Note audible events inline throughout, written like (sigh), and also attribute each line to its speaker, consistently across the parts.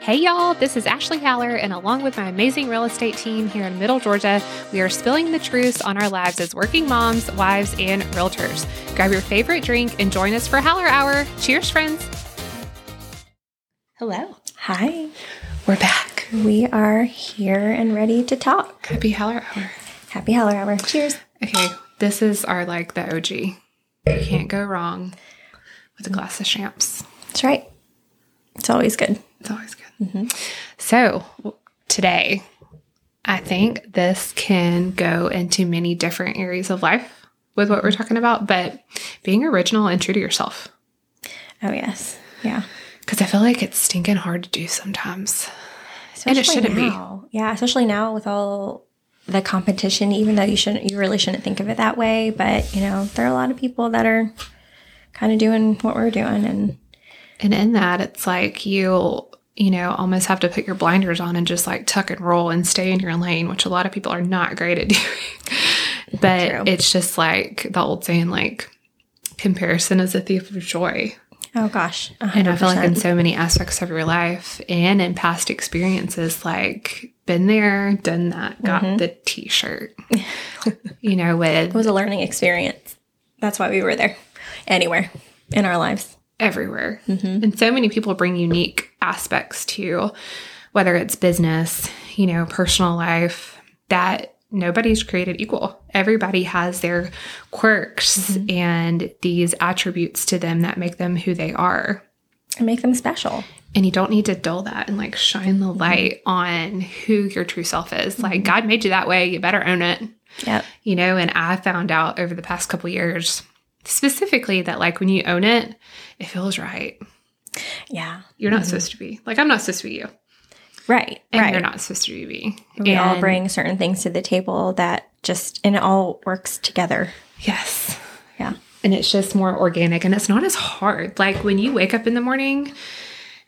Speaker 1: Hey, y'all, this is Ashley Haller, and along with my amazing real estate team here in Middle Georgia, we are spilling the truth on our lives as working moms, wives, and realtors. Grab your favorite drink and join us for Haller Hour. Cheers, friends. Hello,
Speaker 2: Hi,
Speaker 1: we're back.
Speaker 2: we are here and ready to talk.
Speaker 1: Happy Haller Hour.
Speaker 2: Happy Holler Hour. Cheers.
Speaker 1: Okay, this is our like the OG. You can't go wrong with a glass of champs.
Speaker 2: That's right. It's always good.
Speaker 1: It's always good. Mm-hmm. So w- today, I think this can go into many different areas of life with what we're talking about, but being original and true to yourself.
Speaker 2: Oh, yes. Yeah.
Speaker 1: Because I feel like it's stinking hard to do sometimes. And it shouldn't be.
Speaker 2: now. Yeah, especially now with all the competition, even though you shouldn't, you really shouldn't think of it that way. But, you know, there are a lot of people that are kind of doing what we're doing. And
Speaker 1: And in that, it's like you'll, you know, almost have to put your blinders on and just like tuck and roll and stay in your lane, which a lot of people are not great at (laughs) doing. but
Speaker 2: True.
Speaker 1: it's just like the old saying, like, comparison is a thief of joy.
Speaker 2: oh, gosh.
Speaker 1: And I feel like in
Speaker 2: 100%.
Speaker 1: so many aspects of your life and in past experiences, like been there, done that, got the t shirt, you know,
Speaker 2: it (laughs)
Speaker 1: with
Speaker 2: was a learning experience. That's why we were there, anywhere in our lives.
Speaker 1: everywhere. And so many people bring unique aspects to whether it's business, you know, personal life that nobody's created equal. Everybody has their quirks and these attributes to them that make them who they are.
Speaker 2: And make them special.
Speaker 1: And you don't need to dull that and like shine the light on who your true self is.
Speaker 2: Mm-hmm.
Speaker 1: Like God made you that way, you better own it.
Speaker 2: Yep.
Speaker 1: You know, and I found out over the past couple years specifically that like when you own it, it feels right.
Speaker 2: Yeah.
Speaker 1: You're not supposed to be. Like I'm not supposed to be you. And
Speaker 2: Right. Mm-hmm. right.
Speaker 1: you're not supposed to be.
Speaker 2: We all
Speaker 1: And-
Speaker 2: bring certain things to the table that just, and it all works together.
Speaker 1: Yes.
Speaker 2: Yeah.
Speaker 1: And it's just more organic and it's not as hard. Like when you wake up in the morning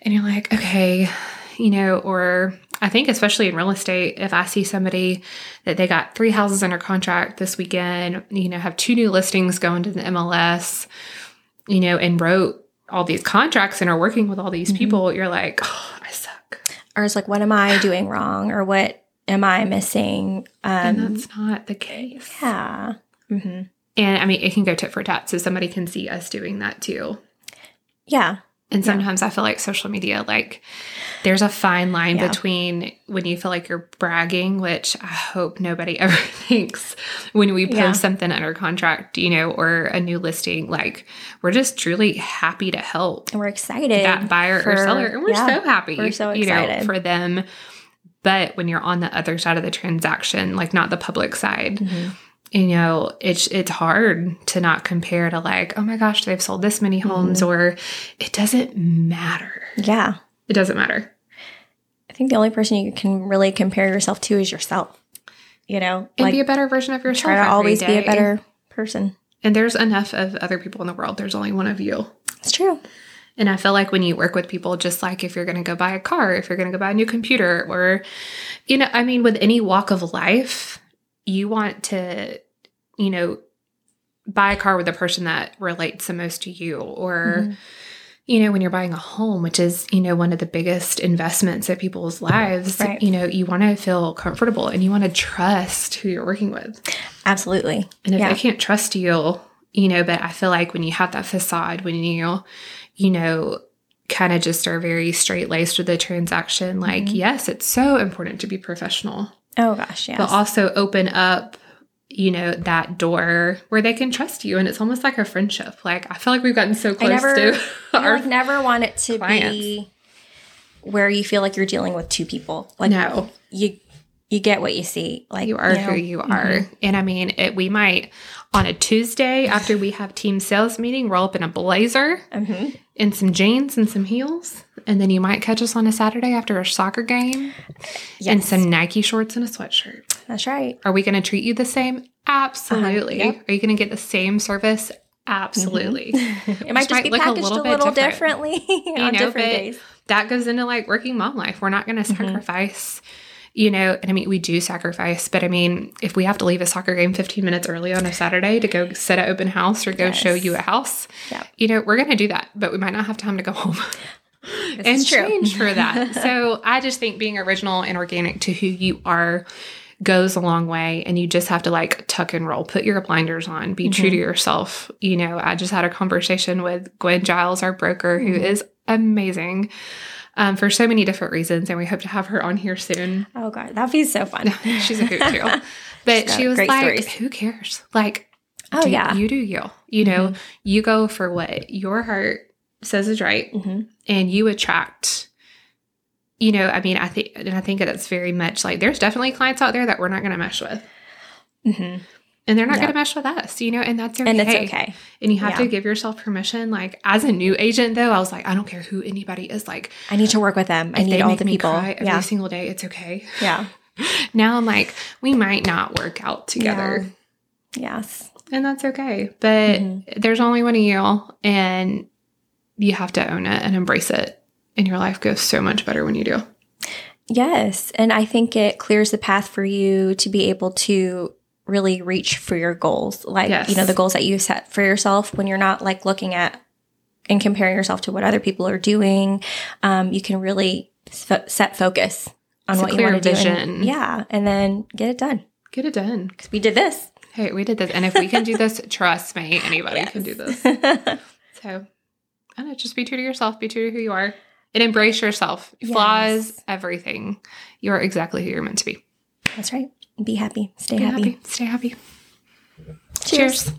Speaker 1: and you're like, okay, you know, or I think especially in real estate, if I see somebody that they got three houses under contract this weekend, you know, have two new listings going to the MLS, you know, and wrote all these contracts and are working with all these
Speaker 2: Mm-hmm.
Speaker 1: people, you're like, oh, I suck.
Speaker 2: Or it's like, what am I doing wrong? Or what am I missing?
Speaker 1: And
Speaker 2: Um,
Speaker 1: that's not the case.
Speaker 2: yeah. hmm
Speaker 1: And I mean, it can go tit for tat. So somebody can see us doing that too.
Speaker 2: Yeah.
Speaker 1: And
Speaker 2: Yeah.
Speaker 1: sometimes I feel like social media, like there's a fine line
Speaker 2: Yeah.
Speaker 1: between when you feel like you're bragging, which I hope nobody (laughs) ever thinks when we post
Speaker 2: Yeah.
Speaker 1: something under contract, you know, or a new listing. Like we're just truly happy to help
Speaker 2: And we're excited.
Speaker 1: that buyer or
Speaker 2: for-
Speaker 1: seller. And we're
Speaker 2: yeah.
Speaker 1: so happy,
Speaker 2: We're so
Speaker 1: you know,
Speaker 2: excited.
Speaker 1: for them. But when you're on the other side of the transaction, like not the public side,
Speaker 2: Mhm.
Speaker 1: you know it's it's hard to not compare to like oh my gosh they've sold this many
Speaker 2: Mm-hmm.
Speaker 1: homes or it doesn't matter
Speaker 2: Yeah.
Speaker 1: it doesn't matter
Speaker 2: I think the only person you can really compare yourself to is yourself. You know,
Speaker 1: and
Speaker 2: like
Speaker 1: be a better version of yourself
Speaker 2: try to
Speaker 1: every
Speaker 2: always be a
Speaker 1: day.
Speaker 2: better person.
Speaker 1: and there's enough of other people in the world there's only one of you
Speaker 2: It's true.
Speaker 1: and i feel like when you work with people just like if you're going to go buy a car if you're going to go buy a new computer or you know i mean with any walk of life you want to you know buy a car with the person that relates the most to you or
Speaker 2: Mhm.
Speaker 1: you know, when you're buying a home, which is, you know, one of the biggest investments of people's lives,
Speaker 2: Right.
Speaker 1: you know, you want to feel comfortable and you want to trust who you're working with.
Speaker 2: Absolutely.
Speaker 1: And if
Speaker 2: Yeah.
Speaker 1: they can't trust you, you know, but I feel like when you have that facade, when you, you know, kind of just are very straight laced with the transaction, like,
Speaker 2: Mhm.
Speaker 1: yes, it's so important to be professional,
Speaker 2: Oh gosh. Yes.
Speaker 1: but also open up, you know, that door where they can trust you. And it's almost like a friendship. Like, I feel like we've gotten so close
Speaker 2: never-
Speaker 1: to
Speaker 2: You know,
Speaker 1: (laughs) our
Speaker 2: like never want it to
Speaker 1: clients.
Speaker 2: be where you feel like you're dealing with two people. Like
Speaker 1: no.
Speaker 2: you you get what you see. Like
Speaker 1: you are
Speaker 2: know,
Speaker 1: who you are. And I mean, it, we might on a Tuesday after we have team sales meeting roll up in a blazer
Speaker 2: mhm.
Speaker 1: and some jeans and some heels, and then you might catch us on a Saturday after a soccer game
Speaker 2: Yes.
Speaker 1: and some Nike shorts and a sweatshirt. (laughs)
Speaker 2: That's right.
Speaker 1: Are we going to treat you the same? Absolutely.
Speaker 2: Uh-huh. Yep. Mm-hmm.
Speaker 1: Are you going to get the same service? Absolutely.
Speaker 2: (laughs) It might
Speaker 1: Which
Speaker 2: just
Speaker 1: might
Speaker 2: be
Speaker 1: look a
Speaker 2: packaged a
Speaker 1: little
Speaker 2: little,
Speaker 1: bit different.
Speaker 2: differently (laughs) on
Speaker 1: know,
Speaker 2: different
Speaker 1: but-
Speaker 2: days. Mm-hmm.
Speaker 1: that goes into like working mom life. We're not going to sacrifice, you know, and I mean, we do sacrifice, but I mean, if we have to leave a soccer game 15 minutes early on a Saturday to go set an open house or go show
Speaker 2: Yes.
Speaker 1: you a house,
Speaker 2: Yep.
Speaker 1: you know, we're going to do that, but we might not have time to go home. (laughs) and
Speaker 2: is true.
Speaker 1: change for that.
Speaker 2: (laughs)
Speaker 1: so I just think being original and organic to who you are goes a long way and you just have to like tuck and roll put your blinders on be true
Speaker 2: Mm-hmm.
Speaker 1: to yourself you know i just had a conversation with gwen giles our broker who
Speaker 2: Mm-hmm.
Speaker 1: is amazing um, for so many different reasons and we hope to have her on here soon (laughs)
Speaker 2: Oh god, that'd be so fun.
Speaker 1: she's a hoot too.
Speaker 2: (laughs)
Speaker 1: But
Speaker 2: She's
Speaker 1: she
Speaker 2: got
Speaker 1: was
Speaker 2: great
Speaker 1: like,
Speaker 2: stories.
Speaker 1: who cares? Like,
Speaker 2: Oh,
Speaker 1: do-
Speaker 2: yeah. Mm-hmm.
Speaker 1: you do you. You know, you go for what your heart says is right
Speaker 2: hmm
Speaker 1: and you attract you know, I mean, I think and I think that's very much like there's definitely clients out there that we're not going to mesh with.
Speaker 2: hmm
Speaker 1: And they're not
Speaker 2: Yeah.
Speaker 1: going to mesh with us, you know, and that's okay.
Speaker 2: And it's okay.
Speaker 1: And you have to
Speaker 2: Yeah.
Speaker 1: give yourself permission. Like as a new agent, though, I was like, I don't care who anybody is. Like,
Speaker 2: I need to work with them. I
Speaker 1: if they
Speaker 2: need all
Speaker 1: make
Speaker 2: the
Speaker 1: me
Speaker 2: people.
Speaker 1: cry every
Speaker 2: Yeah,
Speaker 1: single day. It's okay.
Speaker 2: yeah,
Speaker 1: Now I'm like, we might not work out together.
Speaker 2: Yeah. yes.
Speaker 1: And that's okay. But
Speaker 2: Mhm.
Speaker 1: there's only one of you, and you have to own it and embrace it. And your life goes so much better when you do.
Speaker 2: Yes. And I think it clears the path for you to be able to really reach for your goals. Like,
Speaker 1: Yes.
Speaker 2: you know, the goals that you set for yourself when you're not like looking at and comparing yourself to what other people are doing. Um, you can really fo- set focus on
Speaker 1: It's a
Speaker 2: what you
Speaker 1: clear
Speaker 2: want to do. and-
Speaker 1: vision.
Speaker 2: yeah. And then get it done.
Speaker 1: Get it done.
Speaker 2: Cause we did this.
Speaker 1: Hey, we did this. And if we can do
Speaker 2: (laughs)
Speaker 1: this, trust me, anybody can do this. So, I don't know, just be true to yourself, be true to who you are, and embrace yourself. Flaws,
Speaker 2: Yes.
Speaker 1: everything. You're exactly who you're meant to be.
Speaker 2: That's right. Be happy. Stay
Speaker 1: Be
Speaker 2: happy.
Speaker 1: happy. Stay happy.
Speaker 2: Cheers.
Speaker 1: Cheers.